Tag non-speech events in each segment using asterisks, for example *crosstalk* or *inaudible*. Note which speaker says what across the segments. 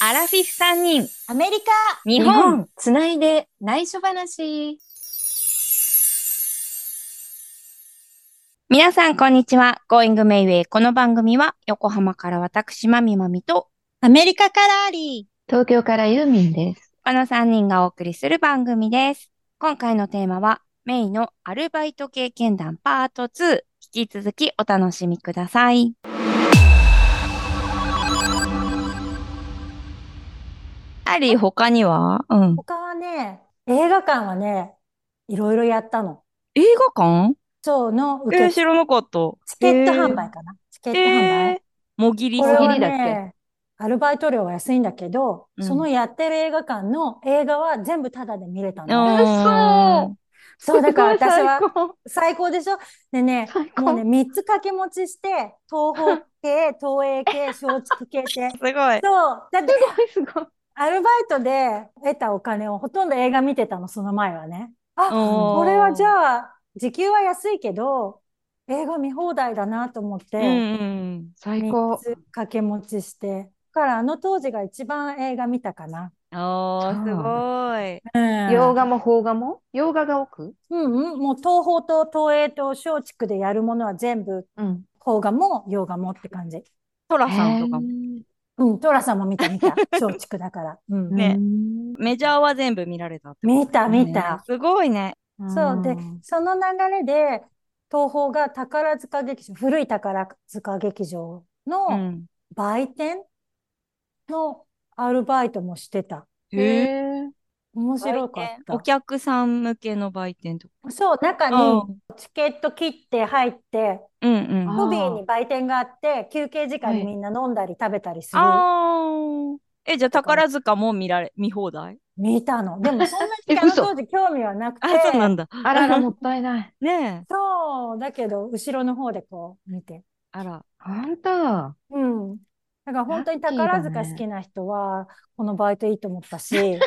Speaker 1: アラフィフ3人、
Speaker 2: アメリカ
Speaker 1: 日本。
Speaker 3: つないで内緒話。
Speaker 1: 皆さん、こんにちは。Going Mayway。この番組は、横浜から私、まみまみと、
Speaker 2: アメリカからあり
Speaker 3: 東京からユーミンです。
Speaker 1: この3人がお送りする番組です。今回のテーマは、メイのアルバイト経験談パート2。引き続きお楽しみください。アリー、他にはうん。
Speaker 2: 他はね、映画館はね、いろいろやったの。
Speaker 1: 映画館
Speaker 2: そうの受
Speaker 1: え
Speaker 2: け
Speaker 1: ー、知らなかった。
Speaker 2: チケット販売かな。チケット販売。
Speaker 1: えー、もぎり
Speaker 2: こ
Speaker 3: ー
Speaker 2: れ
Speaker 3: もぎ
Speaker 2: は
Speaker 3: りだっけ
Speaker 2: ね、アルバイト料は安いんだけど、
Speaker 1: うん
Speaker 2: そのやってる映画館の映画は全部タダで見れたの。
Speaker 1: あー
Speaker 2: そう、だ
Speaker 1: *laughs*
Speaker 2: から私は
Speaker 3: すごい
Speaker 2: 最高でしょでね、
Speaker 3: 最高。
Speaker 2: もうね、3つ掛け持ちして、東方系、東映系、松竹系って。
Speaker 1: すご
Speaker 2: そう、
Speaker 1: い。
Speaker 2: だって
Speaker 3: すごいすごい。
Speaker 2: アルバイトで得たお金をほとんど映画見てたの、その前はね。あ、
Speaker 1: おー
Speaker 2: これはじゃあ、時給は安いけど、映画見放題だなと思っ
Speaker 1: うん
Speaker 2: て、
Speaker 1: うん。
Speaker 3: 最
Speaker 2: 3
Speaker 3: 高。
Speaker 2: つ掛け持ちして。だからあの当時が一番映画見たかな。
Speaker 1: おー、すごい。
Speaker 2: うん
Speaker 3: 洋画も邦画も洋画が多く
Speaker 2: うんうん。もう東宝と東映と松竹でやるものは全部、
Speaker 3: うん。
Speaker 2: 邦画も洋画もって感じ。
Speaker 1: トラさんとかも。
Speaker 3: も。
Speaker 2: うん、トラさんも見た見た。松竹だから。うん。
Speaker 1: ねメジャーは全部見られたってこと
Speaker 2: 見た見た。
Speaker 1: すごいね。
Speaker 2: そうで
Speaker 3: ん、
Speaker 2: その流れで、東宝が宝塚劇場、古い宝塚劇場
Speaker 1: う
Speaker 2: の
Speaker 1: ん。
Speaker 2: 売店のアルバイトもしてた。
Speaker 1: へえ。
Speaker 3: へー
Speaker 2: 面白かっ
Speaker 1: お客さん向けの売店とか。
Speaker 2: た。そう、中に
Speaker 1: うん
Speaker 2: チケット切って入って、
Speaker 1: うんうん。あ
Speaker 3: あ
Speaker 2: ロビーに売店があって、休憩時間にみんな飲んだり食べたりする。
Speaker 1: あ。え、じゃあ宝塚も見られ、見放題
Speaker 2: 見たの。でも
Speaker 1: *laughs*
Speaker 2: そんなに
Speaker 3: え
Speaker 2: あの
Speaker 3: 嘘
Speaker 2: 当時興味はなくて
Speaker 1: あ、、そうなんだ。
Speaker 3: あらら、もったいない。
Speaker 1: ねえ。
Speaker 2: そう、だけど後ろの方でこう見て。
Speaker 1: あら。
Speaker 3: 本当。
Speaker 2: うん。だから本当に
Speaker 3: ラッキーだね
Speaker 2: 宝塚好きな人は、このバイトいいと思った
Speaker 1: *laughs*
Speaker 2: し、映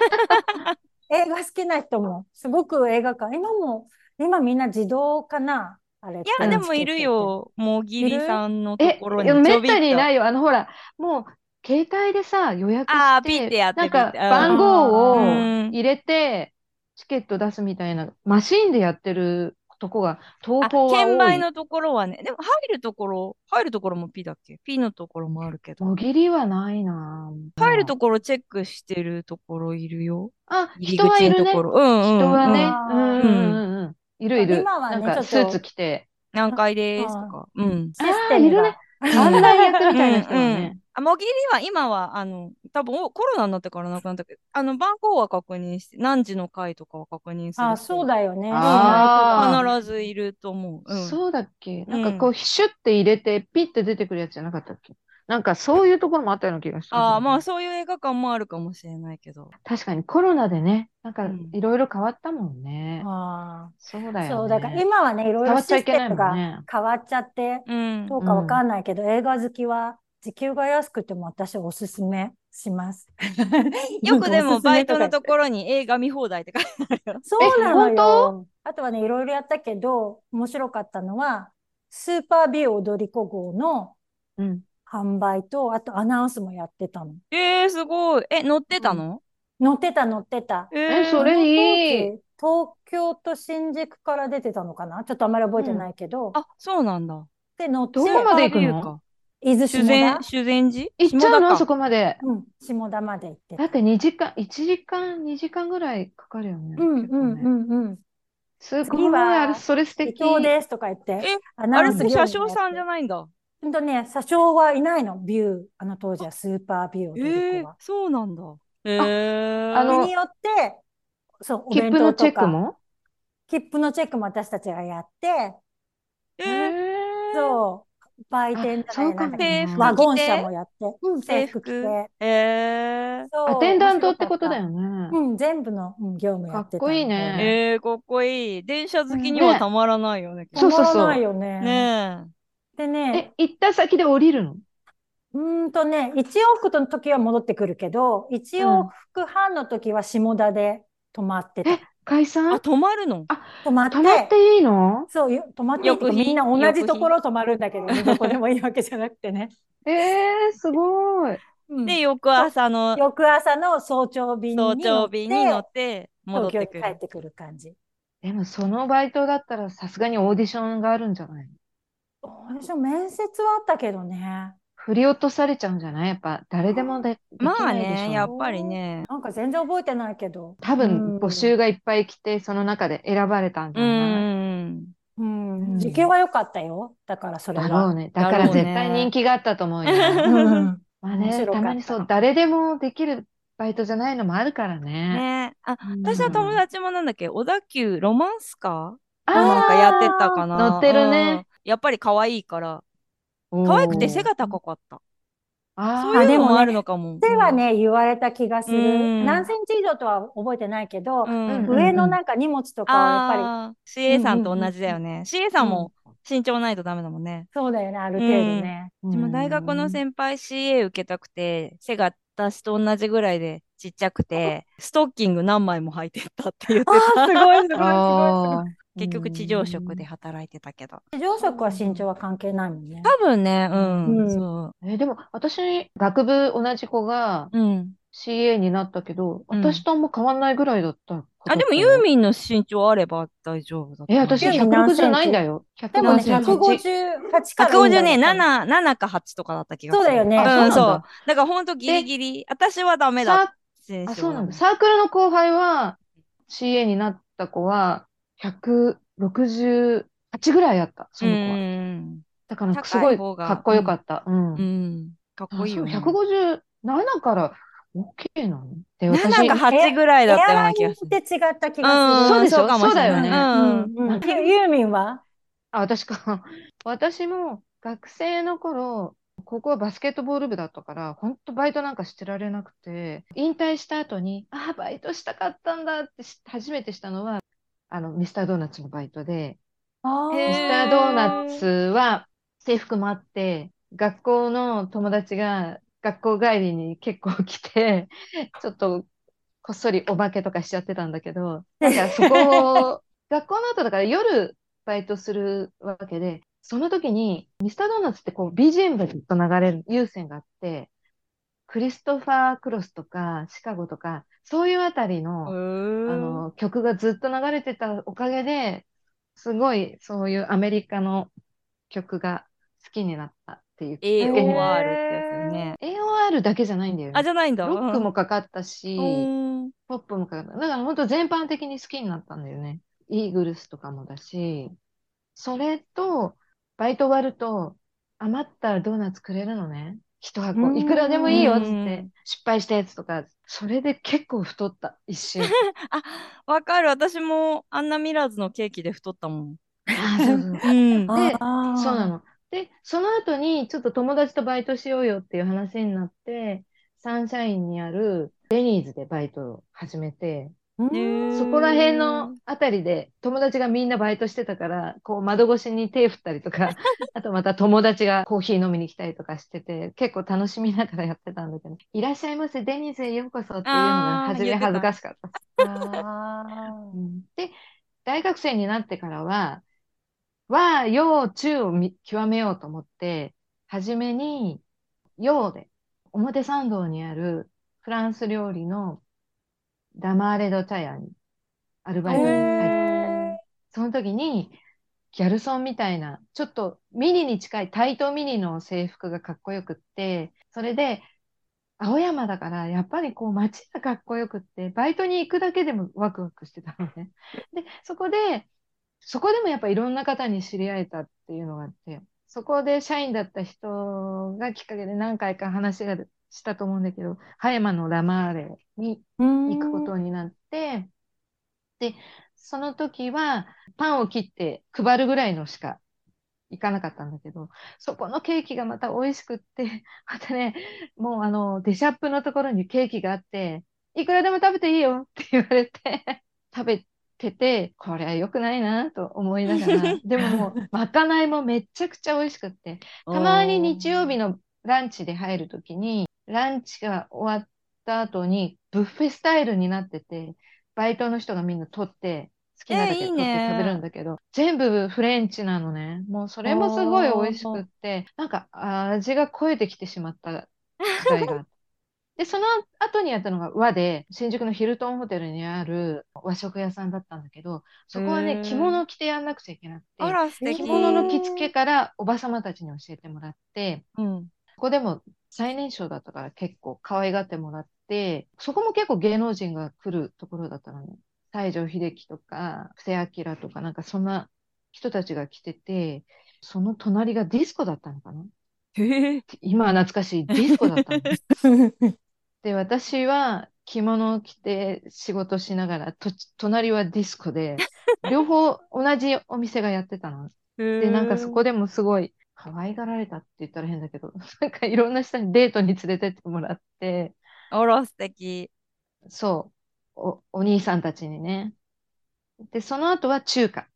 Speaker 2: 画好きな人も、すごく映画館、今も、今みんな自動かなあれっ
Speaker 1: い
Speaker 2: て
Speaker 1: や、でもいる。よ。もぎりさんのと
Speaker 3: え
Speaker 1: ころ、
Speaker 3: いや
Speaker 1: にち
Speaker 3: め
Speaker 1: ょ
Speaker 3: っ
Speaker 1: びっと。
Speaker 3: たにないよ。あの、ほら、もう、携帯でさ、予約して、
Speaker 1: あーピッてやって
Speaker 3: なんか、
Speaker 1: ピッてうん
Speaker 3: 番号を
Speaker 1: うん
Speaker 3: 入れて、チケット出すみたいな、マシーンでやってるとこが、東
Speaker 1: あ、
Speaker 3: 宝は多い。
Speaker 1: 券売のところはね、でも入るところ、入るところも P だっけ ?P のところもあるけど。
Speaker 3: もぎりはないなぁ
Speaker 1: 入るところチェックしてるところいるよ。
Speaker 3: あ、
Speaker 1: 入り
Speaker 3: 人は
Speaker 1: 口
Speaker 3: いる
Speaker 1: のと
Speaker 3: ね。
Speaker 1: こ
Speaker 3: 人
Speaker 1: ろ。うんうん。
Speaker 3: はね。
Speaker 2: あー
Speaker 3: うんうんうんうん。いるいる。
Speaker 2: 今はね
Speaker 3: なんか、
Speaker 2: ちょっ
Speaker 3: ス
Speaker 2: と
Speaker 3: ーツ着て。
Speaker 1: 何階ですとか。うん。
Speaker 2: システムが。
Speaker 3: 案内役みたいな人は
Speaker 1: うんう
Speaker 3: ね。
Speaker 1: あ、もぎりは今は、あの、多分おコロナになってからなくなったけど、あの、番号は確認して、何時の回とかは確認する
Speaker 2: *laughs* あ、そう
Speaker 1: だ。
Speaker 2: だよね。
Speaker 3: あ
Speaker 1: 必ずいると思う。うん。
Speaker 3: そうだっけなんかこう、シュッて入れて、ピッて出てくるやつじゃなかったっけなんかそういうところもあったような気がしたんだよね。
Speaker 1: ああ、まあそういう映画館もあるかもしれないけど。
Speaker 3: 確かにコロナでね、なんか
Speaker 1: うん
Speaker 3: いろいろ変わったもんね。
Speaker 2: あ
Speaker 3: そうだ
Speaker 2: あ
Speaker 3: よね。
Speaker 2: そう、だから今はね、いろい
Speaker 3: 変
Speaker 2: ろ
Speaker 3: わ
Speaker 2: シ
Speaker 3: っちゃ
Speaker 2: ス
Speaker 3: いけ
Speaker 2: テ
Speaker 3: ない
Speaker 2: ム
Speaker 3: もん
Speaker 2: が
Speaker 3: ね。
Speaker 2: 変わっちゃって、
Speaker 1: うん。
Speaker 2: どうかわかんないけど、映画好きは時給が安くても私おすすめします。
Speaker 1: よくでもバイトの
Speaker 2: こ
Speaker 1: ところに映画見放題って書いてあるよ。
Speaker 2: そうなの
Speaker 3: え本
Speaker 2: よ。あとはね、いろいろやったけど、面白かったのは、スーパービュー踊り子号の
Speaker 3: うん。
Speaker 2: 販売と、あとアナウンスもやってたの。
Speaker 1: えー、すごい。え、乗ってたの、
Speaker 2: 乗ってた乗ってた。
Speaker 1: えー
Speaker 3: それいい
Speaker 2: あの当時東京と新宿から出てたのかなちょっとあんまり覚えてないけど。
Speaker 1: あ、そうなんだ。
Speaker 2: で、乗って
Speaker 3: ど、こまで行く
Speaker 1: スーパービュー
Speaker 3: の
Speaker 1: か
Speaker 2: 伊豆
Speaker 1: 修
Speaker 2: 下
Speaker 1: 善、
Speaker 2: 田、
Speaker 1: 修善寺
Speaker 3: 行っちゃう
Speaker 1: 下田
Speaker 3: の
Speaker 1: か
Speaker 3: そこまで。
Speaker 2: うん、下田まで行って
Speaker 3: だ
Speaker 2: た。
Speaker 3: って2時間、1時間、2時間ぐらいかかるよね。
Speaker 2: うん
Speaker 3: 結構
Speaker 2: うん
Speaker 3: ね
Speaker 2: うんうん。
Speaker 3: すご
Speaker 2: 次
Speaker 3: い、
Speaker 2: は
Speaker 3: あれ、それ素
Speaker 2: 伊
Speaker 3: 敵。
Speaker 2: 藤ですとか言って、
Speaker 1: え
Speaker 2: ア
Speaker 1: あ
Speaker 2: ナウ
Speaker 1: れ
Speaker 2: ン
Speaker 1: っ
Speaker 2: ス
Speaker 1: て
Speaker 2: ビュ
Speaker 1: 車
Speaker 2: ーも
Speaker 1: 掌
Speaker 2: や
Speaker 1: さ
Speaker 2: っ
Speaker 1: ん
Speaker 2: て
Speaker 1: じゃないんだ。
Speaker 2: ほんとね、車掌はいないの、ビュー。あの当時はスーパービュー
Speaker 1: え
Speaker 2: 踊り子
Speaker 1: ー
Speaker 2: は。、
Speaker 1: そうなんだ。えー、
Speaker 3: あ
Speaker 2: それ
Speaker 3: の
Speaker 2: によって、そう、お
Speaker 3: 切
Speaker 2: 弁
Speaker 3: 符
Speaker 2: 当
Speaker 3: のチ
Speaker 2: と
Speaker 3: ェック
Speaker 2: か、
Speaker 3: も
Speaker 2: 切符のチェックも私たちがやって、
Speaker 1: え
Speaker 3: へ
Speaker 1: ー、
Speaker 3: ー
Speaker 2: そう、売店だ
Speaker 3: あそうか
Speaker 2: ね、
Speaker 1: 制服着
Speaker 3: も
Speaker 1: て
Speaker 2: ワゴン車もやって、うん、
Speaker 1: 制
Speaker 2: 制服着
Speaker 1: 服
Speaker 2: て、
Speaker 1: えー、
Speaker 2: そう、
Speaker 3: アテンダントってことだ
Speaker 2: よ。
Speaker 3: よね。
Speaker 2: うん、全部の、うん、業務やってた
Speaker 3: かっこいいね
Speaker 2: え
Speaker 1: えー、かっこいい。電車好きにはたまらないよね。
Speaker 3: そうそうそう
Speaker 2: たまらないよね。
Speaker 1: ね
Speaker 2: でね
Speaker 3: え、、行った先で降りるの
Speaker 2: うーんとね、一往復の時は戻ってくるけど、一往復半の時は下田で泊まってた
Speaker 3: え解
Speaker 1: え。あ、
Speaker 3: 散
Speaker 1: 止まるの
Speaker 2: 泊まっ、
Speaker 3: 泊まってていいの
Speaker 2: そう、よ泊まっていいっていうか
Speaker 1: 翌日
Speaker 2: みんな同じところ泊まるんだけどね、どこでもいいわけじゃなくてね。
Speaker 3: えー、すごい。
Speaker 2: ううん
Speaker 1: で、翌朝 *laughs* の
Speaker 2: 翌朝の早朝便に乗っ
Speaker 1: 早
Speaker 2: て
Speaker 1: 朝便に乗って戻っ
Speaker 2: 東京
Speaker 1: て
Speaker 2: に
Speaker 1: く
Speaker 2: 帰
Speaker 1: る。
Speaker 2: ってくる感じ。
Speaker 3: でもそのバイトだったらさすがにオーディションがあるんじゃない
Speaker 2: 私も面接はあったけどね。
Speaker 3: 振り落とされちゃうんじゃないやっぱ誰でもで、でき
Speaker 1: まあ
Speaker 3: ないでしょ
Speaker 1: ね、やっぱりね。
Speaker 2: なんか全然覚えてないけど。
Speaker 3: 多
Speaker 2: うん
Speaker 3: 分募集がいっぱい来て、その中で選ばれたんじ
Speaker 1: う
Speaker 3: ゃない
Speaker 1: ん。
Speaker 2: うん。
Speaker 3: ん
Speaker 2: 時給は良かったよ。だからそれ
Speaker 3: だろう
Speaker 2: は。
Speaker 3: ね。だから絶
Speaker 1: だろう
Speaker 3: 対
Speaker 1: ね
Speaker 3: 人気があったと思うよ。
Speaker 2: うん。
Speaker 3: まあ
Speaker 2: 面白
Speaker 3: ね、
Speaker 2: かった
Speaker 3: たまにそう、誰でもできるバイトじゃないのもあるからね。
Speaker 1: ねあ、
Speaker 3: うん
Speaker 1: 私の友達もなんだっけ、小田急ロマンスカ
Speaker 3: あ
Speaker 1: ー
Speaker 3: ー
Speaker 1: なんかやってたかな。
Speaker 3: 乗ってるね。
Speaker 1: うん。やっぱり可愛いから。
Speaker 3: 可
Speaker 1: 可愛くて背が高かった。
Speaker 3: あ
Speaker 1: そういう
Speaker 3: ー
Speaker 1: の
Speaker 2: でも
Speaker 1: も
Speaker 2: ね
Speaker 1: あるのかも。
Speaker 2: 背はね、言われた気がす
Speaker 1: うん
Speaker 2: る。何センチ以上とは覚えてないけど
Speaker 1: う、ん、
Speaker 3: うん
Speaker 2: 上のなんか荷物とかはやっぱり、
Speaker 1: あー CA さんと同じだよね。CA さんも身長ないとダメだもんね。
Speaker 2: そうだよね、ある程度ね。
Speaker 3: う
Speaker 1: うんちも大学の先輩 CA 受けたくて、背が私と同じぐらいでちっちゃくて、ストッキング何枚も履いてったって言って
Speaker 2: あー
Speaker 1: た。
Speaker 2: すごいすごいすごいすごい
Speaker 3: あー
Speaker 1: *laughs* 結局地上職で働いてたけど。
Speaker 2: 地上職は身長は関係ないもんね。
Speaker 1: 多分ね、うん、
Speaker 2: うん
Speaker 1: そ
Speaker 3: えーでも、私、学部同じ子が
Speaker 1: う。うん。
Speaker 3: CA になったけど、
Speaker 1: うん
Speaker 3: 私とあんま変わんないぐらいだった子だ
Speaker 1: あ、
Speaker 3: った
Speaker 1: でも
Speaker 3: よ
Speaker 1: ユーミンの身長あれば大丈夫だった。
Speaker 3: えー、私
Speaker 2: ユーミン何センチ
Speaker 3: 160ないんだよ。
Speaker 2: でもね、158
Speaker 3: 158
Speaker 2: からいいんだ
Speaker 1: 150
Speaker 2: よ
Speaker 1: ね、。7、7か8とかだった気がする。
Speaker 2: そうだよね
Speaker 1: うん、
Speaker 3: あ
Speaker 1: そ
Speaker 3: そうう
Speaker 1: な
Speaker 3: なんん
Speaker 1: だ
Speaker 3: だ。
Speaker 1: からほんとギリギリ。私はダメだっ
Speaker 3: さ
Speaker 1: た。選手は
Speaker 3: あ、そうなんだ。サークルの後輩は、CA になった子は、168ぐらいあった、その子は。
Speaker 1: うん。
Speaker 3: だから、す
Speaker 1: 高
Speaker 3: ご
Speaker 1: い
Speaker 3: い
Speaker 1: 方が
Speaker 3: かっこよかった。うん。
Speaker 1: うん。かっこいいよ、ね。
Speaker 3: あそう、157から OK なのって私、
Speaker 1: 7か8ぐらいだったような気
Speaker 2: エアライ
Speaker 1: が
Speaker 2: ン
Speaker 1: する。
Speaker 2: って違った気
Speaker 1: う
Speaker 2: がす
Speaker 1: ん、
Speaker 2: る。
Speaker 3: そうでしょ
Speaker 1: かもしれない
Speaker 3: そうだ
Speaker 2: う
Speaker 3: よ
Speaker 1: うん
Speaker 2: んうんユユーミンは
Speaker 3: あ、私か。 *laughs* 私も学生の頃、高校はバスケットボール部だったから、本当バイトなんかしてられなくて、引退した後に、ああ、バイトしたかったんだってし初めてしたのは、あの、ミスタードーナツのバイトで、
Speaker 2: あ
Speaker 1: へー
Speaker 3: ミスタードーナツは制服もあって、学校の友達が学校帰りに結構来て、 *laughs* ちょっとこっそりお化けとかしちゃってたんだけど、なんかそこを、学校の後だから夜バイトするわけで、その時にミスタードーナツってこう BGM がずっと流れる有線があって、クリストファー・クロスとかシカゴとか、そういうあたりの、あの曲がずっと流れてたおかげですごいそういうアメリカの曲が好きになったっていうきっかけ
Speaker 1: AOR っ
Speaker 3: に
Speaker 1: てやつよね。
Speaker 3: AOR だけじゃないんだよね
Speaker 1: あ、じゃないんだ。
Speaker 3: ロックも
Speaker 1: か
Speaker 3: かかったし、
Speaker 1: うん。
Speaker 3: ポップもかかっただから本当全般的に好きになったんだよねイーグルスとかもだしそれとバイト終わると余ったらドーナツくれるのね一
Speaker 2: う
Speaker 3: 箱
Speaker 2: ん
Speaker 3: いくらでもいいよっつっ
Speaker 1: う
Speaker 3: て
Speaker 1: ん
Speaker 3: 失敗したやつとかそれで結構太った一
Speaker 1: *laughs*
Speaker 3: 瞬
Speaker 1: あ、わかる。私もあんなミラーズのケーキで太ったもん。
Speaker 3: ああそうそ
Speaker 1: う
Speaker 3: う
Speaker 1: ん。
Speaker 3: で
Speaker 2: あー
Speaker 3: そうなの。で、その後に、ちょっと友達とバイトしようよっていう話になって、サンシャインにあるデニーズでバイトを始めて、
Speaker 2: うん
Speaker 3: そこら辺のあたりで友達がみんなバイトしてたから、こう窓越しに手振ったり
Speaker 2: *laughs*
Speaker 3: とか、あとまた友達がコーヒー飲みに来たりとかしてて、結構楽しみながらやってたんだけど、いらっしゃいませ、デニーズへようこそっていうのが初め
Speaker 1: あー言ってた
Speaker 3: 恥ずかしかった。
Speaker 2: あ
Speaker 3: で、大学生になってからは、和、洋、中を見極めようと思って、はじめに、洋で、表参道にあるフランス料理のダマーレドチャヤにアル
Speaker 2: ー
Speaker 3: バイトに入って、
Speaker 2: へ
Speaker 3: その時に、ギャルソンみたいな、ちょっとミニに近い、タイトミニの制服がかっこよくって、それで、青山だから、やっぱりこう街がかっこよくって、バイトに行くだけでもワクワクしてたのね。で、そこで、そこでもやっぱいろんな方に知り合えたっていうのがあって、そこで社員だった人がきっかけで何回か話がしたと思うんだけど、葉山のラマーレに
Speaker 2: ー
Speaker 3: 行くことになって、で、その時はパンを切って配るぐらいのしか行かなかったんだけど、そこのケーキがまた美味しくって、 *laughs* またね、もうあの、デシャップのところにケーキがあって、いくらでも食べていいよって言われて、 *laughs* 食べてて、これは良くないなと思いながら、でももう、まかないもめちゃくちゃ美味しくって、たまに日曜日のランチで入るときに、ランチが終わった後に、ブッフェスタイルになってて、バイトの人がみんな取って、好きなだ
Speaker 1: えーい
Speaker 3: け
Speaker 1: い
Speaker 3: 取っ
Speaker 1: ね
Speaker 3: て食べるんだけど、全部フレンチなのね。もうそれもすごい美味しくって、なんか味が超えてきてしまった時代があってで、その後にやったのが和で、新宿のヒルトンホテルにある和食屋さんだったんだけど、そこは
Speaker 1: へー
Speaker 3: ね、着物を着てやんなくちゃいけなくて、
Speaker 1: あら、素敵。
Speaker 3: 着物の着付けからおばさまたちに教えてもらって、
Speaker 2: うん。
Speaker 3: ここでも最年少だったから結構可愛がってもらって、そこも結構芸能人が来るところだったのに、西城秀樹とか、布施明とか、なんかそんな人たちが来てて、その隣がディスコだったのかな
Speaker 1: へえ。
Speaker 3: 今は懐かしいディスコだったの。で、私は着物を着て仕事しながら、と、隣はディスコで、両方同じお店がやってたの。で、なんかそこ
Speaker 1: で。
Speaker 3: でもすごい可愛がられたって言ったら変だけど、 *laughs* なんかいろんな人にデートに連れてってもらって、
Speaker 1: あら、素敵。
Speaker 3: そう、お、お兄さんたちにね。で、その後は中華。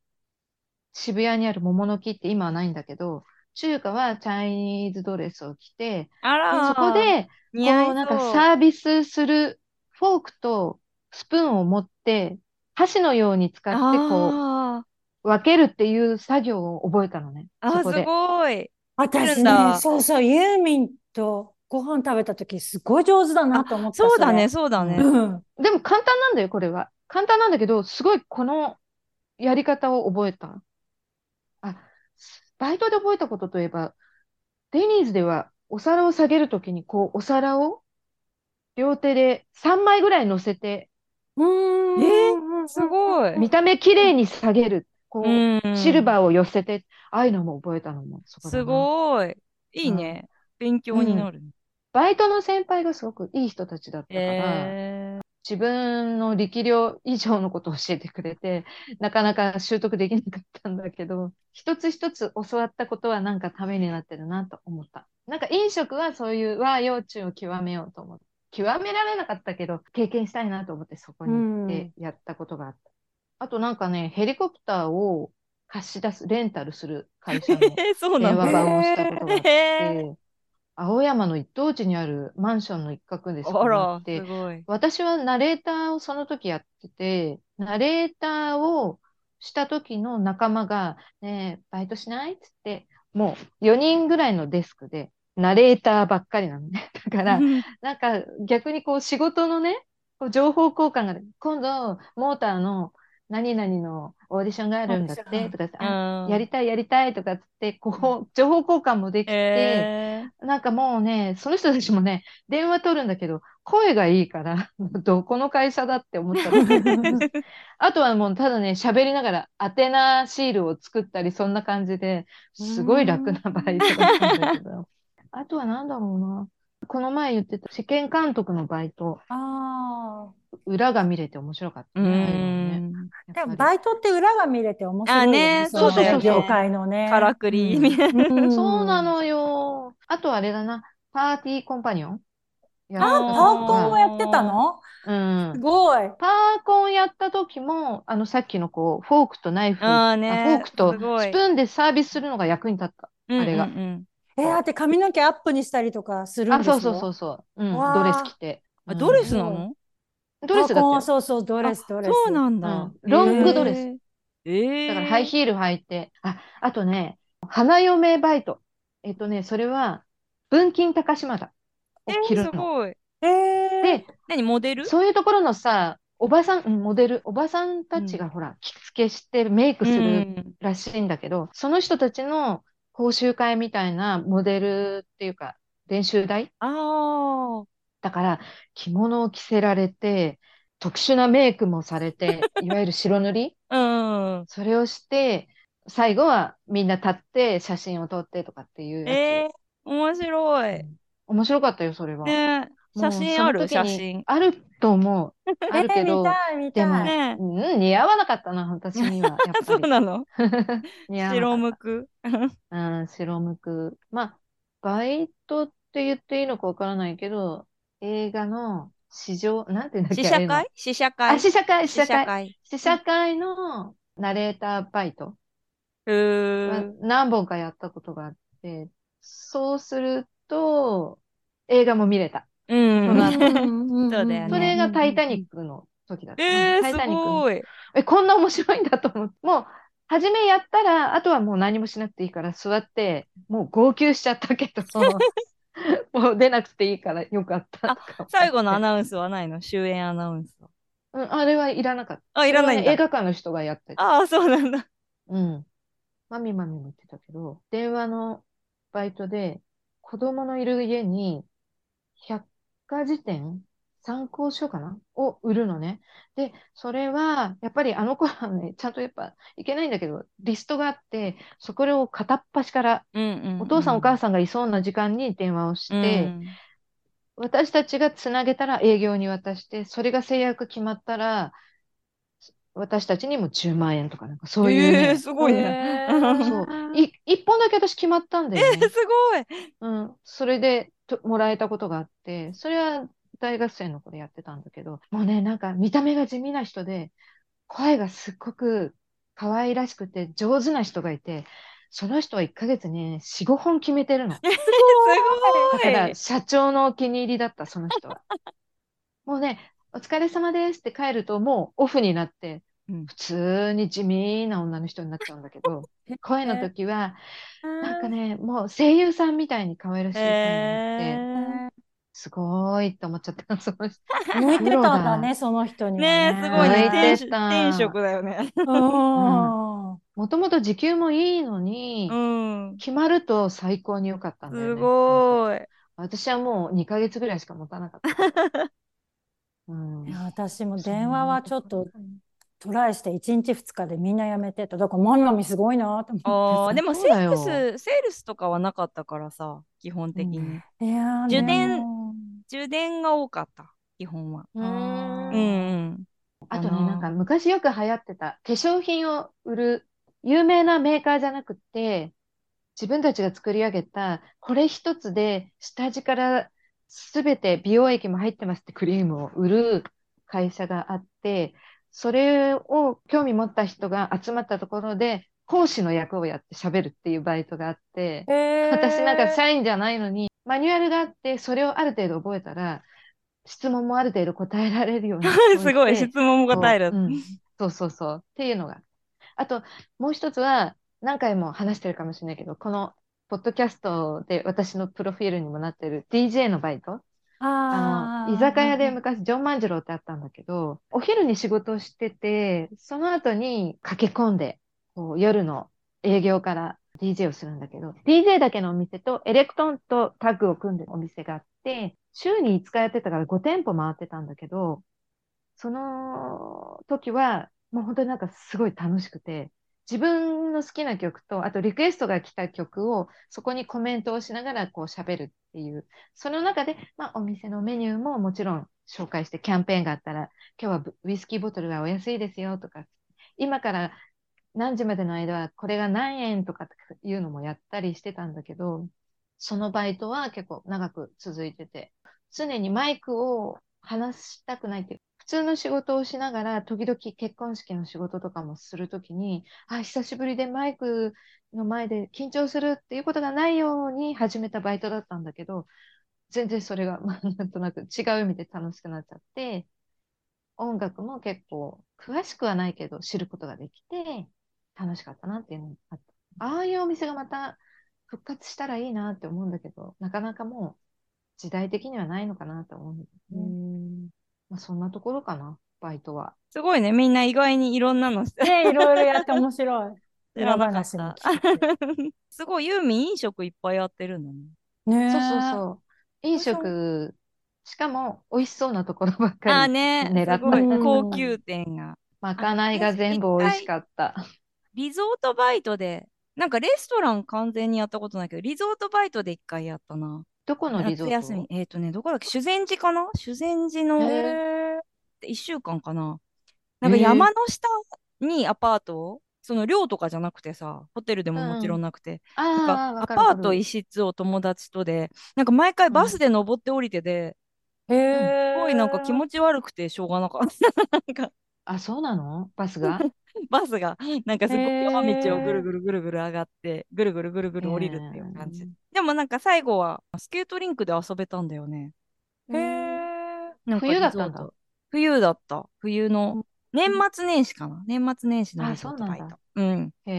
Speaker 3: 渋谷にある桃の木って今はないんだけど、中華はチャイニーズドレスを着て、
Speaker 1: あ
Speaker 3: で
Speaker 1: ら、
Speaker 3: そこ、で、
Speaker 1: 似合い
Speaker 3: こうなんか
Speaker 1: そう。
Speaker 3: サービスするフォークとスプーンを持って、箸のように使ってこ
Speaker 1: あ
Speaker 3: う分けるっていう作業を覚えたのね、
Speaker 1: あ、
Speaker 3: そ
Speaker 1: あ、
Speaker 3: こ
Speaker 1: す
Speaker 3: で。
Speaker 1: ごい。
Speaker 2: 私ね、
Speaker 1: だ
Speaker 2: そうそう、ユーミンとご飯食べた時すごい上手だなと思った、
Speaker 1: そうだね、
Speaker 2: そ
Speaker 1: そうだ
Speaker 2: れ
Speaker 1: ね。
Speaker 2: うん。
Speaker 3: でも簡単なんだよ、これは。簡単なんだけど、すごいこのやり方を覚えた。あ、バイトで覚えたことといえば、デニーズではお皿を下げるときに、こう、お皿を両手で3枚ぐらい乗せて、
Speaker 2: うーん。
Speaker 1: えすごい。
Speaker 3: 見た目綺麗に下げる。こう、
Speaker 1: うん
Speaker 3: シルバーを寄せて、ああいうのも覚えたのも、そこだ
Speaker 1: す
Speaker 3: な
Speaker 1: ごい。いいね。勉強になるね。
Speaker 3: バイトの先輩がすごくいい人たちだったから、
Speaker 1: へえ。
Speaker 3: 自分の力量以上のことを教えてくれて、なかなか習得できなかったんだけど、一つ一つ教わったことはなんかためになってるなと思った。なんか飲食はそういう和洋中を極めようと思って、極められなかったけど、経験したいなと思ってそこに行ってやったことがあった。あとなんかね、ヘリコプターを貸し出す、レンタルする会社の
Speaker 1: へえ *laughs* そうな
Speaker 3: 電
Speaker 1: ん
Speaker 3: 話
Speaker 1: だ。
Speaker 3: 番をしたことがあって
Speaker 1: へえ。
Speaker 3: で青山の一等地にあるマンションの一角でそ
Speaker 1: あ
Speaker 3: こに行
Speaker 1: ら
Speaker 3: っ、
Speaker 1: す
Speaker 3: て、
Speaker 1: ごい。
Speaker 3: 私はナレーターをその時やってて、ナレーターをした時の仲間が、ねえ、バイトしないっつって、もう4人ぐらいのデスクで、ナレーターばっかりなのね。 *laughs* だから、なんか逆にこう仕事のね、こう情報交換が、今度モーターの何々のオーディションがあるんだっ
Speaker 2: オーディショ
Speaker 3: て
Speaker 2: ン
Speaker 3: とかって、あ
Speaker 1: や
Speaker 3: やりたいやりたいとかっつって、こう、情報交換もできて、
Speaker 1: え
Speaker 3: なんかもうね、その人たちもね、電話取るんだけど、声がいいから、 *laughs* どこの会社だって思ったの
Speaker 2: *laughs*
Speaker 3: あとはもうただね、喋りながら、アテナシールを作ったり、そんな感じで、すごい楽なバイトだったんだけど。あとはなんだろうな。この前言ってた、試験監督のバイト、
Speaker 2: あ
Speaker 3: 裏が見れて面白かっ
Speaker 1: う
Speaker 3: たね。ああいうのもね
Speaker 1: ん。
Speaker 2: あ。
Speaker 3: や
Speaker 2: で
Speaker 3: っ
Speaker 2: も
Speaker 3: ぱ
Speaker 2: バ
Speaker 3: り
Speaker 2: イトって裏が見れて面白い
Speaker 1: あ
Speaker 2: よ
Speaker 1: ね
Speaker 2: ね。の
Speaker 3: そうそうそう
Speaker 2: 業界のね。
Speaker 1: からくり *laughs*
Speaker 3: うん
Speaker 1: みたいな。
Speaker 2: うん
Speaker 3: そうなのよ。あとあれだな、パーティーコンパニオンやった
Speaker 2: あ、パ
Speaker 3: の
Speaker 2: ーコンも
Speaker 3: が
Speaker 2: やってたの
Speaker 3: うん
Speaker 2: すごい。
Speaker 3: パーコンやった時も、あの、さっきのこう、フォークとナイフ、
Speaker 1: ああ
Speaker 3: あ
Speaker 1: ね。
Speaker 3: フォークと
Speaker 1: す
Speaker 3: スプ
Speaker 1: ごい。
Speaker 3: ーンでサービスするのが役に立った。あれが
Speaker 1: うんうんうん
Speaker 2: えー、だって髪の毛アップにしたりとかするん
Speaker 3: あ、
Speaker 2: で
Speaker 3: そう
Speaker 2: す
Speaker 3: そう
Speaker 2: よ
Speaker 3: そうそう。うん、
Speaker 2: わあ
Speaker 3: ドレス着て。
Speaker 1: あ
Speaker 3: うん
Speaker 1: ドレスなの
Speaker 3: ドレスだ
Speaker 2: パーコン
Speaker 3: っ
Speaker 2: は
Speaker 3: たよ。
Speaker 2: そうそう、ドレス、ドレス。
Speaker 1: そうなんだ。
Speaker 3: うんロングドレス
Speaker 1: えー。
Speaker 3: だからハイヒール履いて。あ、あとね、花嫁バイト。えっとね、それは、文金高島だ。を
Speaker 1: え
Speaker 3: 着
Speaker 1: ー、
Speaker 3: る
Speaker 1: す
Speaker 3: の。
Speaker 1: ごい。
Speaker 2: えー、
Speaker 3: で、
Speaker 1: 何、モデル
Speaker 3: そういうところのさ、おばさん、うんモデル、おばさんたちがほら、着付けしてメイクする
Speaker 1: うん
Speaker 3: らしいんだけど、その人たちの講習会みたいなモデルっていうか、練習台
Speaker 1: ああ。
Speaker 3: だから、着物を着せられて、特殊なメイクもされて、いわゆる白塗り
Speaker 1: うん。
Speaker 3: それをして、最後はみんな立って写真を撮ってとかっていうやつ。
Speaker 1: えー、面白い。
Speaker 3: 面白かったよ、それは。
Speaker 1: ね
Speaker 3: も
Speaker 1: 写
Speaker 3: う
Speaker 1: 真
Speaker 3: その
Speaker 1: ある
Speaker 3: 時に
Speaker 1: 写真。
Speaker 3: あると
Speaker 1: *laughs*
Speaker 3: 思う。あるけ
Speaker 2: えー、見、
Speaker 3: ど
Speaker 2: たい、見
Speaker 3: で
Speaker 2: た
Speaker 3: も、
Speaker 2: い。
Speaker 1: ね
Speaker 3: うん、似合わなかったな、私には、やっ
Speaker 1: *laughs* そ
Speaker 3: ぱ
Speaker 1: う
Speaker 3: り。
Speaker 1: なの
Speaker 3: *laughs* 似合わなか
Speaker 1: 白
Speaker 3: った
Speaker 1: むく。
Speaker 3: うん、白むく。まあ、バイトって言っていいのかわからないけど、映画の市場、なんていうんだっけ、
Speaker 1: 試
Speaker 3: あれ
Speaker 1: 写
Speaker 3: の
Speaker 1: 会試写
Speaker 3: あ、
Speaker 1: 会
Speaker 3: 試写会、試写会。
Speaker 1: 会。
Speaker 3: 試写会のナレーターバイト
Speaker 1: う
Speaker 3: は
Speaker 1: ー。
Speaker 3: 何本かやったことがあって、そうすると、映画も見れた。
Speaker 1: うん。 *laughs*
Speaker 3: その
Speaker 2: ん
Speaker 1: そうだよね
Speaker 3: それがタイタニックの時だった。
Speaker 1: え
Speaker 3: タ
Speaker 1: ー、
Speaker 3: イ
Speaker 1: す
Speaker 3: タニックの
Speaker 1: ごい。
Speaker 3: え、こんな面白いんだと思って、もう、初
Speaker 1: *laughs*
Speaker 3: めやったら、あとはもう何もしなくていいから座って、もう号泣しちゃったけど、もう出なくていいからよかったとか思って。
Speaker 1: 最後のアナウンスはないの終演アナウンスは。
Speaker 3: うん、あれはいらなかった。
Speaker 1: あ、いらないん
Speaker 3: それはね
Speaker 1: だ。
Speaker 3: 映画館の人がやってた。
Speaker 1: ああ、そうなんだ。
Speaker 3: うん。まみまみも言ってたけど、電話のバイトで、子供のいる家に、百科事典参考書かなを売るのね。で、それは、やっぱりあの子はね、ちゃんとやっぱいけないんだけど、リストがあって、そこを片っ端から、
Speaker 1: うんうんうん。
Speaker 3: お父さんお母さんがいそうな時間に電話をし
Speaker 1: うん
Speaker 3: て、私たちがつなげたら営業に渡して、それが制約決まったら、私たちにも10万円とか、なんかそういう
Speaker 1: え
Speaker 3: ね、
Speaker 1: え、すごいね。
Speaker 2: ー
Speaker 3: そう。い、一本だけ私決まったんだよ
Speaker 1: え、
Speaker 3: ね。
Speaker 1: すごい。
Speaker 3: うん。それでと、もらえたことがあって、それは大学生の頃やってたんだけど、もうね、なんか見た目が地味な人で、声がすっごく可愛らしくて上手な人がいて、その人は1ヶ月に4、5本決めてるの。
Speaker 1: す
Speaker 3: だ
Speaker 1: ご
Speaker 3: か
Speaker 1: い。
Speaker 3: ら、社長のお気に入りだった、その人
Speaker 1: *laughs*
Speaker 3: は。もうね、お疲れ様ですって帰ると、もうオフになって
Speaker 1: うん、
Speaker 3: 普通に地味な女の人になっちゃうんだけど、声の時は、なんかね、もう声優さんみたいに可愛らしい声になって、
Speaker 1: え
Speaker 3: すごーいって思っちゃった、その人。 *laughs*
Speaker 2: 向いてたんだね、その人
Speaker 1: え
Speaker 2: には
Speaker 1: ねえ、すごいね。
Speaker 3: 泣いて
Speaker 1: 天
Speaker 3: た
Speaker 1: 職天職だよね。
Speaker 2: うん。
Speaker 3: もともと時給もいいのに、
Speaker 1: うん。
Speaker 3: 決まると最高に良かったんだよ
Speaker 1: す
Speaker 3: ね。*laughs*
Speaker 1: ごい。
Speaker 3: 私はもう2ヶ月ぐらいしか持たなかった。うん
Speaker 2: いや私も電話はちょっとトライして1日2日でみんなやめてた。だからマミマミすごいなと
Speaker 1: あ
Speaker 2: 思
Speaker 1: あ、
Speaker 2: って
Speaker 1: でも
Speaker 3: そ
Speaker 1: セ
Speaker 3: うだ
Speaker 1: ール
Speaker 3: よ
Speaker 1: ス、セールスとかはなかったからさ、基本的
Speaker 3: う
Speaker 1: に
Speaker 3: ん。
Speaker 2: さ。いやーね
Speaker 1: 受電充電が多かった、基本は。
Speaker 3: う
Speaker 1: うんんうん。
Speaker 3: あとね、なんか昔よく流行ってた、化粧品を売る有名なメーカーじゃなくて、自分たちが作り上げた、これ一つで下地からすべて美容液も入ってますってクリームを売る会社があって、それを興味持った人が集まったところで、講師の役をやって喋るっていうバイトがあって、私なんか社員じゃないのに、マニュアルがあって、それをある程度覚えたら、質問もある程度答えられるように
Speaker 1: *laughs* *laughs* すごい、
Speaker 3: して
Speaker 1: 質問も答える
Speaker 3: そう。うんそうそうそう。っていうのが。あと、もう一つは、何回も話してるかもしれないけど、この、ポッドキャストで私のプロフィールにもなってる DJ のバイト。あの、居酒屋で昔、ジョン万次郎ってあったんだけど、お昼に仕事をしてて、その後に駆け込んで、こう夜の営業から DJ をするんだけど、DJ だけのお店とエレクトンとタッグを組んでるお店があって、週に5日やってたから5店舗回ってたんだけど、その時は、もう本当になんかすごい楽しくて、自分の好きな曲と、あとリクエストが来た曲を、そこにコメントをしながらこう喋るっていう、その中で、まあ、お店のメニューももちろん紹介して、キャンペーンがあったら、今日はブウイスキーボトルがお安いですよとか、今から何時までの間はこれが何円とかっていうのもやったりしてたんだけど、そのバイトは結構長く続いてて、常にマイクを話したくないっていう、普通の仕事をしながら、時々結婚式の仕事とかもするときに、あ、久しぶりでマイクの前で緊張するっていうことがないように始めたバイトだったんだけど、全然それが、まあ、なんとなく違う意味で楽しくなっちゃって、音楽も結構詳しくはないけど知ることができて楽しかったなっていうのがあった。ああいうお店がまた復活したらいいなって思うんだけど、なかなかもう時代的にはないのかなと思うんだけどね。まあ、そんなところかな、バイトは。
Speaker 1: すごいね、みんな意外にいろんなの知
Speaker 2: ねいろいろやって面白
Speaker 1: *laughs*
Speaker 2: い。
Speaker 1: らなか
Speaker 2: 裏
Speaker 1: っ
Speaker 2: 話
Speaker 1: た
Speaker 2: も聞いて。
Speaker 1: すごい、ユーミン飲食いっぱいやってるのね。
Speaker 2: ねえ
Speaker 3: そうそうそう。飲食、しかも美味しそうなところばっか
Speaker 1: ああ
Speaker 3: り。
Speaker 1: ね、
Speaker 3: 狙
Speaker 1: す
Speaker 3: っ
Speaker 1: ごい
Speaker 2: た
Speaker 1: 高級店が。
Speaker 3: まかないが全部美味しかった。
Speaker 1: リゾートバイトで、なんかレストラン完全にやったことないけど、リゾートバイトで一回やったな。
Speaker 3: どこのリゾ
Speaker 1: 夏
Speaker 3: ート
Speaker 1: 休み。えっ、とね、どこだっけ修善寺かな修善寺の
Speaker 3: へ
Speaker 1: 1週間かな。なんか山の下にアパートを、その寮とかじゃなくてさ、ホテルでももちろんなくて、な
Speaker 3: あ
Speaker 1: ん
Speaker 3: あ、
Speaker 1: か
Speaker 3: わ
Speaker 1: ア
Speaker 3: かるわ
Speaker 1: パ
Speaker 3: か
Speaker 1: ー
Speaker 3: る
Speaker 1: ト一室を友達とで、なんか毎回バスで登って降りてで、
Speaker 2: へえ
Speaker 1: すごいなんか気持ち悪くてしょうがなかった。 *laughs* なんか
Speaker 3: あ、そうなのバ
Speaker 1: *laughs*
Speaker 3: スが
Speaker 1: バスがなんかすごい
Speaker 2: へー
Speaker 1: 山道をぐるぐるぐるぐる上がって、ぐるぐるぐるぐる降りるっていう感じ。でもなんか最後はスケートリンクで遊べたんだよね。
Speaker 3: へえ。
Speaker 1: なんか
Speaker 3: 冬だったん
Speaker 1: リゾー
Speaker 3: だ
Speaker 1: ト。冬だった。冬の年末年始かな。年末年始の
Speaker 3: あ
Speaker 1: リゾー
Speaker 3: そう
Speaker 1: ト
Speaker 3: な
Speaker 1: バ
Speaker 3: ん
Speaker 1: イ
Speaker 3: だ
Speaker 1: ト。うん。
Speaker 3: へ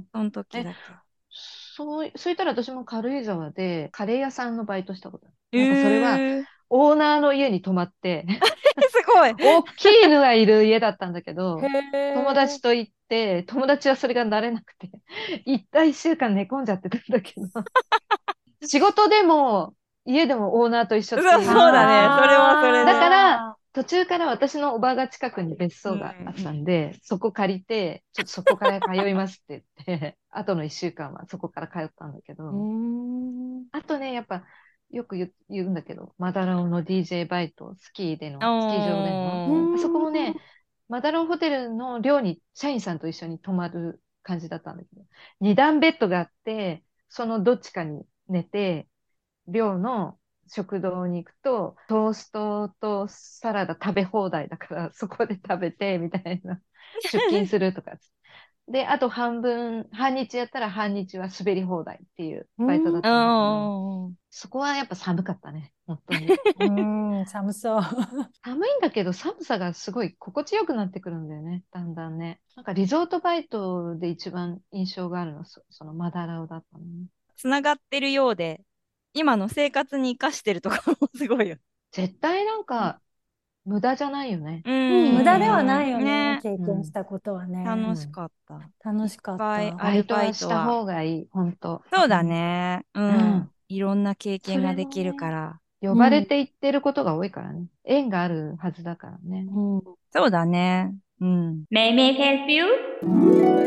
Speaker 3: え。
Speaker 1: その時だけ。
Speaker 3: そう、そういったら私も軽井沢でカレー屋さんのバイトしたことある。なんかそれは
Speaker 1: えー *laughs*
Speaker 3: オーナーの家に泊まって、
Speaker 1: すごい。
Speaker 3: 大きい犬がいる家だったんだけど、
Speaker 2: へー
Speaker 3: 友達と行って、友達はそれが慣れなくて、 *laughs* 一体一週間寝込んじゃってたんだけど、仕事でも家でもオーナーと一緒っていう
Speaker 1: そうだねそれはそれで
Speaker 3: だから、途中から私のおばが近くに別荘があったんで、そこ借りて、ちょっとそこから通いますって言って、 *laughs* あとの一週間はそこから通ったんだけど、
Speaker 2: うーん。
Speaker 3: あとね、やっぱ、よく言言うんだけど、マダロンの DJ バイト、スキーでの、スキー場での、
Speaker 1: おー
Speaker 3: あそこもね、マダロンホテルの寮に社員さんと一緒に泊まる感じだったんだけど、二段ベッドがあって、そのどっちかに寝て、寮の食堂に行くと、トーストとサラダ食べ放題だから、 *laughs* そこで食べて、みたいな。出勤するとかっつって。で、あと半分、半日やったら半日は滑り放題っていうバイトだったんだけど、
Speaker 1: うん
Speaker 3: そこはやっぱ寒かったね、本当に。
Speaker 2: うーん、寒そう。
Speaker 3: 寒いんだけど寒さがすごい心地よくなってくるんだよね、だんだんね。なんかリゾートバイトで一番印象があるのはそ、そのマダラオだったのね。
Speaker 1: つながってるようで、今の生活に生かしてるとかもすごいよ。
Speaker 3: 絶対なんか無駄じゃないよね。
Speaker 1: うん
Speaker 2: 無駄ではないよね
Speaker 1: ね、
Speaker 2: 経験したことはね。
Speaker 1: 楽しかった。
Speaker 2: 楽しかっ
Speaker 1: いっぱ
Speaker 2: た。
Speaker 1: いアルバイトは
Speaker 3: はした方がいい、本当。
Speaker 1: そうだね。うん。
Speaker 3: うん
Speaker 1: いろんな経験ができるから。
Speaker 3: 呼ばれて行ってることが多いからね。縁があるはずだからね。
Speaker 2: うん。
Speaker 1: そうだね。うん。
Speaker 4: May we help you?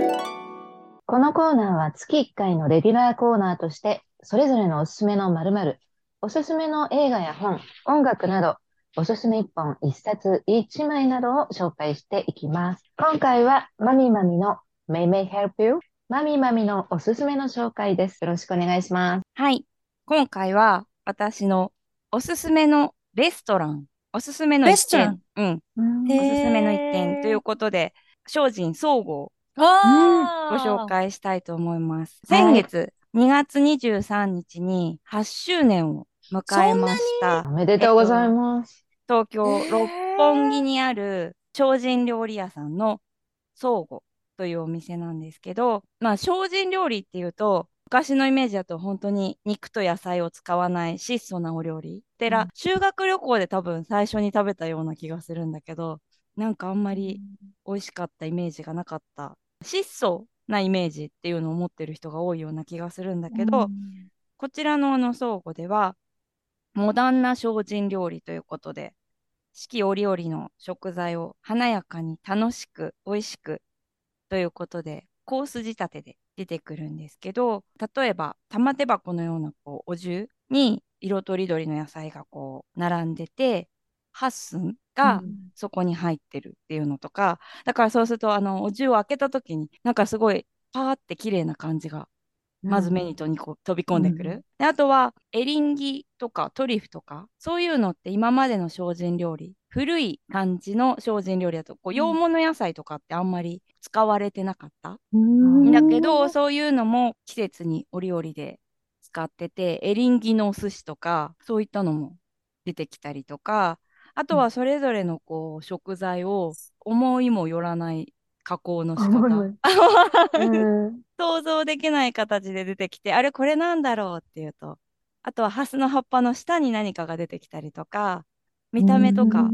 Speaker 3: このコーナーは月1回のレギュラーコーナーとして、それぞれのおすすめの〇〇、おすすめの映画や本、音楽など、おすすめ1本、1冊、1枚などを紹介していきます。今回は、まみまみの May May Help You? まみまみのおすすめの紹介です。よろしくお願いします。
Speaker 1: はい。今回は私のおすすめのレストラン、おすすめの
Speaker 2: レス
Speaker 1: 一
Speaker 2: トラン
Speaker 1: 点、うん、
Speaker 2: へ
Speaker 1: お
Speaker 2: ー
Speaker 1: すすめの一点ということで、精進総合を
Speaker 2: あ
Speaker 1: ご
Speaker 2: ー
Speaker 1: 紹介したいと思います。
Speaker 3: はい
Speaker 1: 先月2月23日に8周年を迎えました
Speaker 3: お。めでとうございます。
Speaker 1: 東京
Speaker 2: えー
Speaker 1: 六本木にある精進料理屋さんの宗吾というお店なんですけど、まあ、精進料理っていうと昔のイメージだと本当に肉と野菜を使わない質素なお料理て
Speaker 2: う
Speaker 1: ら、
Speaker 2: ん
Speaker 1: 修学旅行で多分最初に食べたような気がするんだけどなんかあんまり美味しかったイメージがなかった質素なイメージっていうのを持ってる人が多いような気がするんだけど、こちらのあの倉庫では、モダンな精進料理ということで、四季折々の食材を華やかに楽しく美味しくということで、コース仕立てで出てくるんですけど、例えば玉手箱のようなこうお重に色とりどりの野菜がこう並んでて、八寸がそこに入ってるっていうのとか、だからそうするとあのお重を開けた時になんかすごいパーって綺麗な感じがまずメニューにこう飛び込んでくる、
Speaker 3: う
Speaker 1: であとはエリンギとかトリュフとかそういうのって今までの精進料理古い感じの精進料理だとこう洋物野菜とかってあんまり使われてなかった、
Speaker 2: うん
Speaker 1: だけどそういうのも季節に折々で使っててエリンギのお寿司とかそういったのも出てきたりとかあとはそれぞれのこう食材を思いもよらない加工の仕方 *laughs*
Speaker 3: うん
Speaker 1: 想像できない形で出てきて、あれこれなんだろうっていうと、あとはハスの葉っぱの下に何かが出てきたりとか、見た目とか、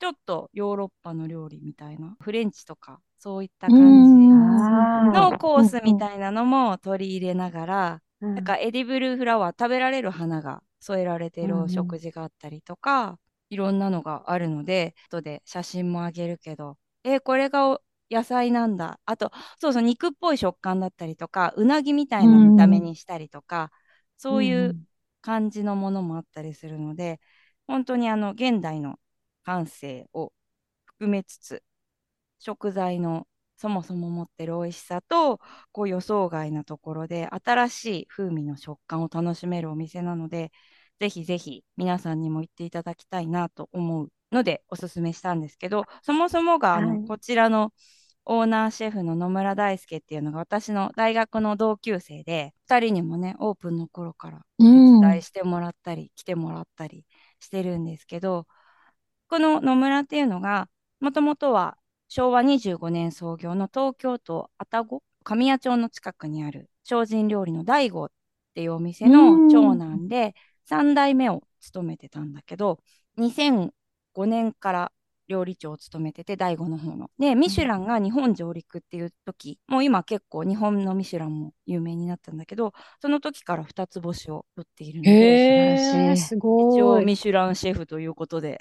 Speaker 1: ちょっとヨーロッパの料理みたいな、フレンチとか、そういった
Speaker 2: うん
Speaker 1: 感じ
Speaker 3: あ
Speaker 1: のコースみたいなのも取り入れながら、
Speaker 3: ー
Speaker 1: なんかエディブルフラワー、食べられる花が添えられて
Speaker 3: うん
Speaker 1: る
Speaker 3: うん
Speaker 1: お食事があったりとか、いろんなのがあるので、後で写真もあげるけど、えーこれがお野菜なんだ。あと、そうそう、肉っぽい食感だったりとか、うなぎみたいな見た目にしたりとか、そういうう感じのものもあったりするので、本当にあの、現代の感性を含めつつ、食材のそもそも持ってる美味しさと、こう予想外なところで新しい風味の食感を楽しめるお店なので、ぜひぜひ皆さんにも行っていただきたいなと思うのでおすすめしたんですけど、そもそもがあの、
Speaker 3: はい
Speaker 1: こちらのオーナーシェフの野村大輔っていうのが私の大学の同級生で、2人にもね、オープンの頃から
Speaker 2: う
Speaker 1: お
Speaker 2: ん
Speaker 1: 伝えしてもらったり、来てもらったりしてるんですけど、この野村っていうのが、もともとは昭和25年創業の東京都愛宕神谷町の近くにある精進料理の大悟っていうお店
Speaker 2: うん
Speaker 1: の長男で3代目を務めてたんだけど2005年から料理長を務めてて大悟の方の。でミシュランが日本上陸っていう時もう今結構日本のミシュランも有名になったんだけどその時から二つ星を取っているので
Speaker 3: へー
Speaker 2: へえ、す
Speaker 1: 一
Speaker 2: ご
Speaker 1: 応
Speaker 2: い。
Speaker 1: ミシュランシェフということで。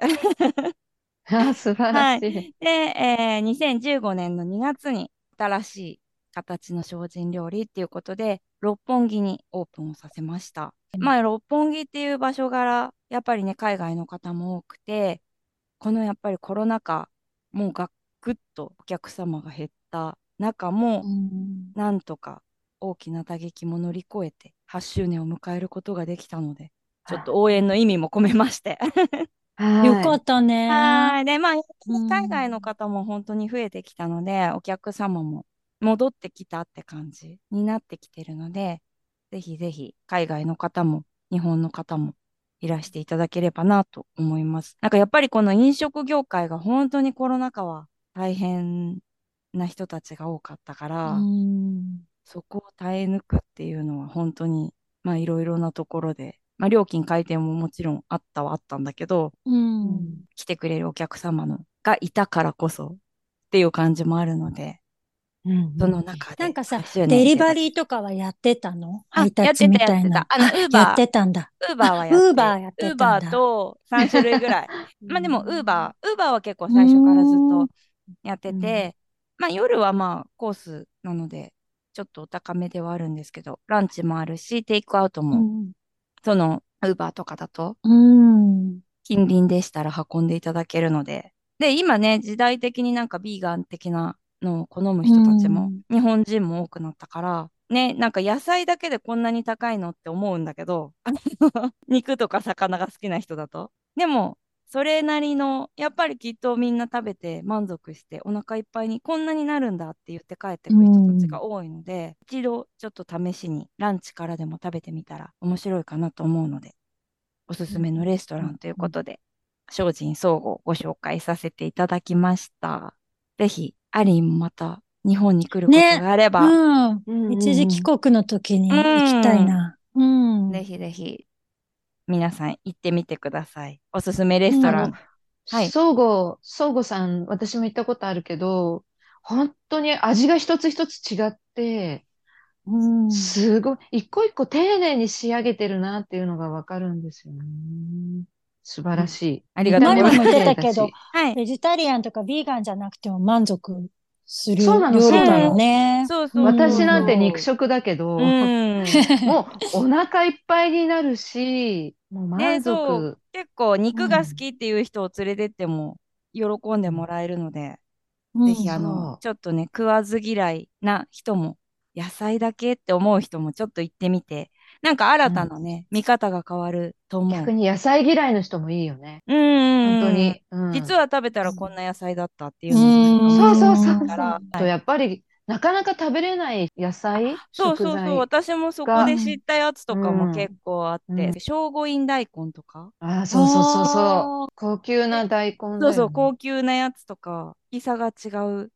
Speaker 3: あ、素晴らしい。
Speaker 1: で、えー2015年の2月に新しい形の精進料理っていうことで六本木にオープンをさせました。まあ六本木っていう場所柄やっぱりね海外の方も多くてこのやっぱりコロナ禍もうガクッとお客様が減った中も
Speaker 3: うん
Speaker 1: なんとか大きな打撃も乗り越えて8周年を迎えることができたのでちょっと応援の意味も込めまして。
Speaker 2: よ
Speaker 3: は
Speaker 2: かったね。
Speaker 1: はい。で、まあ、
Speaker 2: うん
Speaker 1: 海外の方も本当に増えてきたので、お客様も戻ってきたって感じになってきてるので、ぜひぜひ海外の方も日本の方もいらしていただければなと思います。なんかやっぱりこの飲食業界が本当にコロナ禍は大変な人たちが多かったから、
Speaker 2: うん
Speaker 1: そこを耐え抜くっていうのは本当に、まあいろいろなところで、まあ料金改定ももちろんあったはあったんだけど、
Speaker 2: うん
Speaker 3: い。
Speaker 1: 来てくれるお客様のがいたからこそっていう感じもあるので、
Speaker 3: うん
Speaker 1: その中で
Speaker 2: なんかさ
Speaker 1: 8周年
Speaker 2: デリバリ
Speaker 1: い
Speaker 2: ーとかはやってたの
Speaker 1: ただ
Speaker 2: 配
Speaker 1: きあやって
Speaker 2: 達み
Speaker 1: た
Speaker 2: た
Speaker 1: やっ
Speaker 2: い
Speaker 1: て
Speaker 2: な
Speaker 1: た。。
Speaker 2: *laughs*
Speaker 1: あの、ウー
Speaker 2: やっ
Speaker 1: バー
Speaker 2: て、たんだ。
Speaker 1: ウーバーはやって
Speaker 2: ウーバーやってた
Speaker 1: ウー
Speaker 2: んだ
Speaker 1: バーと3種類
Speaker 2: *laughs*
Speaker 1: ぐらい。まあでも、ウーバー、ウーバーは結構最初からずっとやってて、まあ夜はまあコースなので、ちょっとお高めではあるんですけど、ランチもあるし、テイクアウト
Speaker 2: う
Speaker 1: も、
Speaker 2: ん。
Speaker 1: その、ウーバーとかだと、
Speaker 2: うん。
Speaker 1: 近隣でしたら運んでいただけるので。で、今ね、時代的になんかビーガン的なのを好む人たちも、日本人も多くなったから、ね、なんか野菜だけでこんなに高いのって思うんだけど、 *laughs* あの肉とか魚が好きな人だと。でも、それなりの、やっぱりきっとみんな食べて満足して、お腹いっぱいにこんなになるんだって言って帰ってくる人たちが多いので、一度ちょっと試しにランチからでも食べてみたら面白いかなと思うので、おすすめのレストランということで、精進総合をご紹介させていただきました。ぜひ、アリンもまた日本に来ること
Speaker 2: ね
Speaker 1: があれば、
Speaker 2: うん。
Speaker 3: うん
Speaker 2: 一時帰国の時に行きたいな。うん。
Speaker 1: ぜひぜひ、皆さん行ってみてください。おすすめレストラン。
Speaker 3: うん
Speaker 1: はい
Speaker 3: そごうそごさん、私も行ったことあるけど、本当に味が一つ一つ違って、
Speaker 2: うん。
Speaker 3: すごい、一個一個丁寧に仕上げてるなっていうのがわかるんですよね。素晴らしい。
Speaker 1: ありがとうございま
Speaker 2: 何
Speaker 1: す。
Speaker 2: 人も言ってたけど、
Speaker 1: はい。
Speaker 2: ベジタリアンとかビーガンじゃなくても満足する
Speaker 3: そう
Speaker 2: 料
Speaker 3: なの
Speaker 2: 理だよね。
Speaker 1: そうそうう。
Speaker 3: 私なんて肉食だけど、
Speaker 1: *laughs* うん。結
Speaker 3: もうお腹いっぱいになるし、もう満
Speaker 1: ねそ
Speaker 3: 足。
Speaker 1: 構肉が好きっていう人を連れてっても喜んでもらえるので、ぜひあ
Speaker 3: そう
Speaker 1: の、ちょっとね、食わず嫌いな人も、野菜だけって思う人もちょっと行ってみて、なんか新たなね、見方が変わると思う。
Speaker 3: 逆に野菜嫌いの人もいいよね。
Speaker 1: うんうんうん
Speaker 3: 本当に。うん
Speaker 1: 実は食べたらこんな野菜だったっていう
Speaker 2: う
Speaker 1: の
Speaker 2: ん
Speaker 3: そうそう
Speaker 1: も
Speaker 3: そう
Speaker 1: あるから
Speaker 3: そう。
Speaker 1: はい
Speaker 3: とやっぱりなかなか食べれない野菜、
Speaker 1: そう
Speaker 3: 食
Speaker 1: そう
Speaker 3: 材。
Speaker 1: そう、私もそこで知ったやつとかも結構あっ
Speaker 3: うん
Speaker 1: て、
Speaker 3: うん
Speaker 1: 聖護院大根とか、
Speaker 3: ああ、そうそうそうそう。高級な大根だよね
Speaker 1: そうそう、高級なやつとか、大きさが違う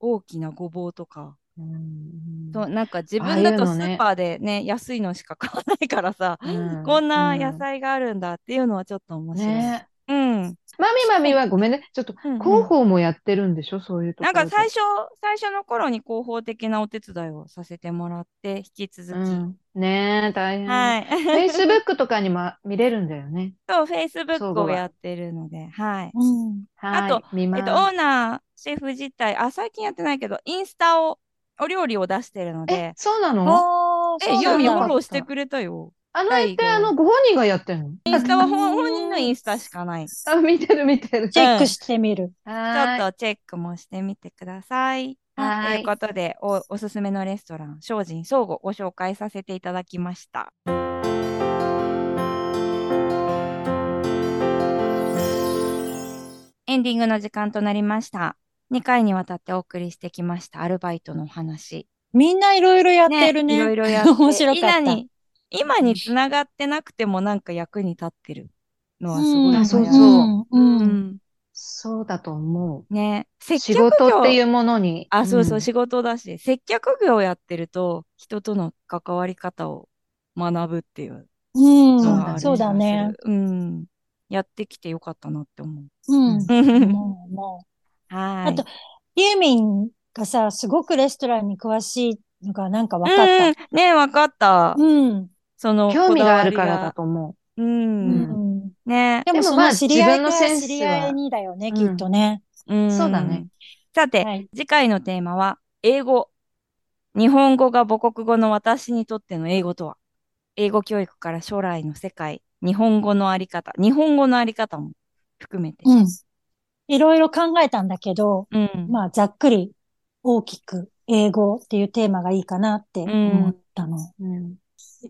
Speaker 1: 大きなごぼうとか、
Speaker 3: うん
Speaker 1: となんか自
Speaker 3: ああ
Speaker 1: 分
Speaker 3: いう
Speaker 1: だと
Speaker 3: の
Speaker 1: ス
Speaker 3: ね
Speaker 1: ーパーでね、安いのしか買わないからさ、
Speaker 3: うん
Speaker 1: こんな
Speaker 3: う
Speaker 1: 野
Speaker 3: ん
Speaker 1: 菜があるんだっていうのはちょっと面白い。
Speaker 3: ね。
Speaker 1: うん。
Speaker 3: マミマミはごめんね。ちょっと
Speaker 1: うんうん
Speaker 3: 広報もやってるんでしょそういうとこ
Speaker 1: な
Speaker 3: ろ
Speaker 1: ん
Speaker 3: で。
Speaker 1: か最初、最初の頃に広報的なお手伝いをさせてもらって、引き続き。
Speaker 3: うん。ねえ、大変。
Speaker 1: はい。
Speaker 3: Facebook とかにも見れるんだよね。
Speaker 1: *laughs* そう、Facebook
Speaker 3: 相互
Speaker 1: を
Speaker 3: は
Speaker 1: やってるので、はい。
Speaker 2: うん。
Speaker 3: は
Speaker 1: あ
Speaker 3: い。
Speaker 1: と
Speaker 3: 見ま
Speaker 1: えっと、オーナー、シェフ自体、あ、最近やってないけど、インスタを、お料理を出してるの
Speaker 3: え
Speaker 1: で、、
Speaker 3: そうなの
Speaker 2: ああ、そ
Speaker 1: え、
Speaker 2: う
Speaker 1: ユ
Speaker 2: な
Speaker 1: ー
Speaker 2: ん
Speaker 1: ミン
Speaker 2: だ
Speaker 1: フォローしてくれたよ。
Speaker 3: あの絵ってあの、ご本人がやってんの
Speaker 1: インスタは本
Speaker 2: うん
Speaker 1: 本人のインスタしかない。ちょ
Speaker 3: あ、見てる見てる。
Speaker 2: チェックしてみる。
Speaker 1: っ
Speaker 3: はーい。
Speaker 1: とチェックもしてみてください。
Speaker 3: は
Speaker 1: と
Speaker 3: ーい
Speaker 1: いうことで、お、おすすめのレストラン、精進相互ご紹介させていただきました。エンディングの時間となりました。2回にわたってお送りしてきましたアルバイトのお話。
Speaker 2: みんないろいろやってる
Speaker 1: いろ
Speaker 2: ね。
Speaker 1: いろ
Speaker 3: *laughs*
Speaker 1: やっ
Speaker 2: *laughs*
Speaker 1: て
Speaker 2: 面白かった
Speaker 1: 今に、今につながってなくてもなんか役に立ってるのはすごい
Speaker 3: うん
Speaker 1: な
Speaker 3: あそう
Speaker 2: うん
Speaker 3: そう
Speaker 2: うん
Speaker 1: うんん
Speaker 3: そうそうだと思う。
Speaker 1: ね、接
Speaker 3: 仕
Speaker 1: 客
Speaker 3: 事って
Speaker 1: 業
Speaker 3: いうものに。
Speaker 1: あ、そうそう、
Speaker 3: ん
Speaker 1: 仕事だし、接客業やってると、人との関わり方を学ぶっていう
Speaker 2: うん、
Speaker 1: の
Speaker 3: そう
Speaker 1: があ
Speaker 3: だ
Speaker 1: る
Speaker 2: そう
Speaker 1: 気
Speaker 2: だ
Speaker 1: がす
Speaker 2: ね
Speaker 1: る。。うん。やってきてよかったなって思
Speaker 2: うん。
Speaker 1: う。 *laughs*
Speaker 2: もう、もう。
Speaker 1: は
Speaker 2: あと
Speaker 1: い。、
Speaker 2: ユーミンがさ、すごくレストランに詳しいのがなんか分かった。
Speaker 1: うん、ね、わかった。
Speaker 2: うん。
Speaker 1: その、
Speaker 3: 興
Speaker 1: こ
Speaker 3: 味
Speaker 1: だ
Speaker 3: が
Speaker 1: わ
Speaker 3: ある
Speaker 1: り
Speaker 3: からだ
Speaker 1: が。
Speaker 3: と思
Speaker 1: う。
Speaker 2: うんん。
Speaker 1: ね。
Speaker 2: で
Speaker 3: で
Speaker 2: も
Speaker 3: も
Speaker 2: そ
Speaker 3: ま
Speaker 2: の
Speaker 3: あ
Speaker 2: 知り合い
Speaker 3: 自分の
Speaker 2: から
Speaker 3: センス
Speaker 2: 知り合いにだよね、
Speaker 3: は
Speaker 2: きっとね。
Speaker 1: う
Speaker 3: そうだね
Speaker 1: ん。さて、
Speaker 2: はい。
Speaker 1: 次回のテーマは、英語。日本語が母国語の私にとっての英語とは英語教育から将来の世界、日本語のあり方、日本語のあり方も含めて。
Speaker 2: うん。いろいろ考えたんだけど、
Speaker 1: うん。
Speaker 2: まあ、ざっくり、大きく、英語っていうテーマがいいかなって思ったの。
Speaker 3: う。うん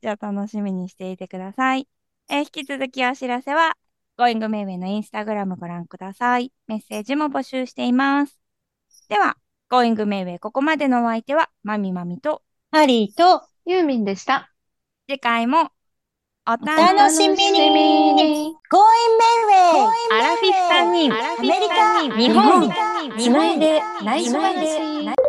Speaker 1: じゃあ楽しみにしていてください。えー引き続きお知らせは、Going メイウェイのインスタグラムご覧ください。メッセージも募集しています。では、Going メイウェイここまでのお相手は、まみまみと、
Speaker 2: ハリーと、
Speaker 3: ユーミンでした。
Speaker 1: 次回もお
Speaker 2: お楽
Speaker 1: 楽し
Speaker 2: しみ
Speaker 1: みに
Speaker 2: に Going Merway!
Speaker 1: アラフィフ3人、
Speaker 4: アラフィ
Speaker 2: アメリカ
Speaker 4: フ3人、
Speaker 1: 日
Speaker 4: 日
Speaker 1: 本
Speaker 4: 本、
Speaker 1: つ
Speaker 4: つ
Speaker 1: な
Speaker 4: ないい
Speaker 1: で
Speaker 4: で、
Speaker 1: 内
Speaker 4: 内
Speaker 1: 緒
Speaker 4: 緒
Speaker 1: 話
Speaker 4: 話。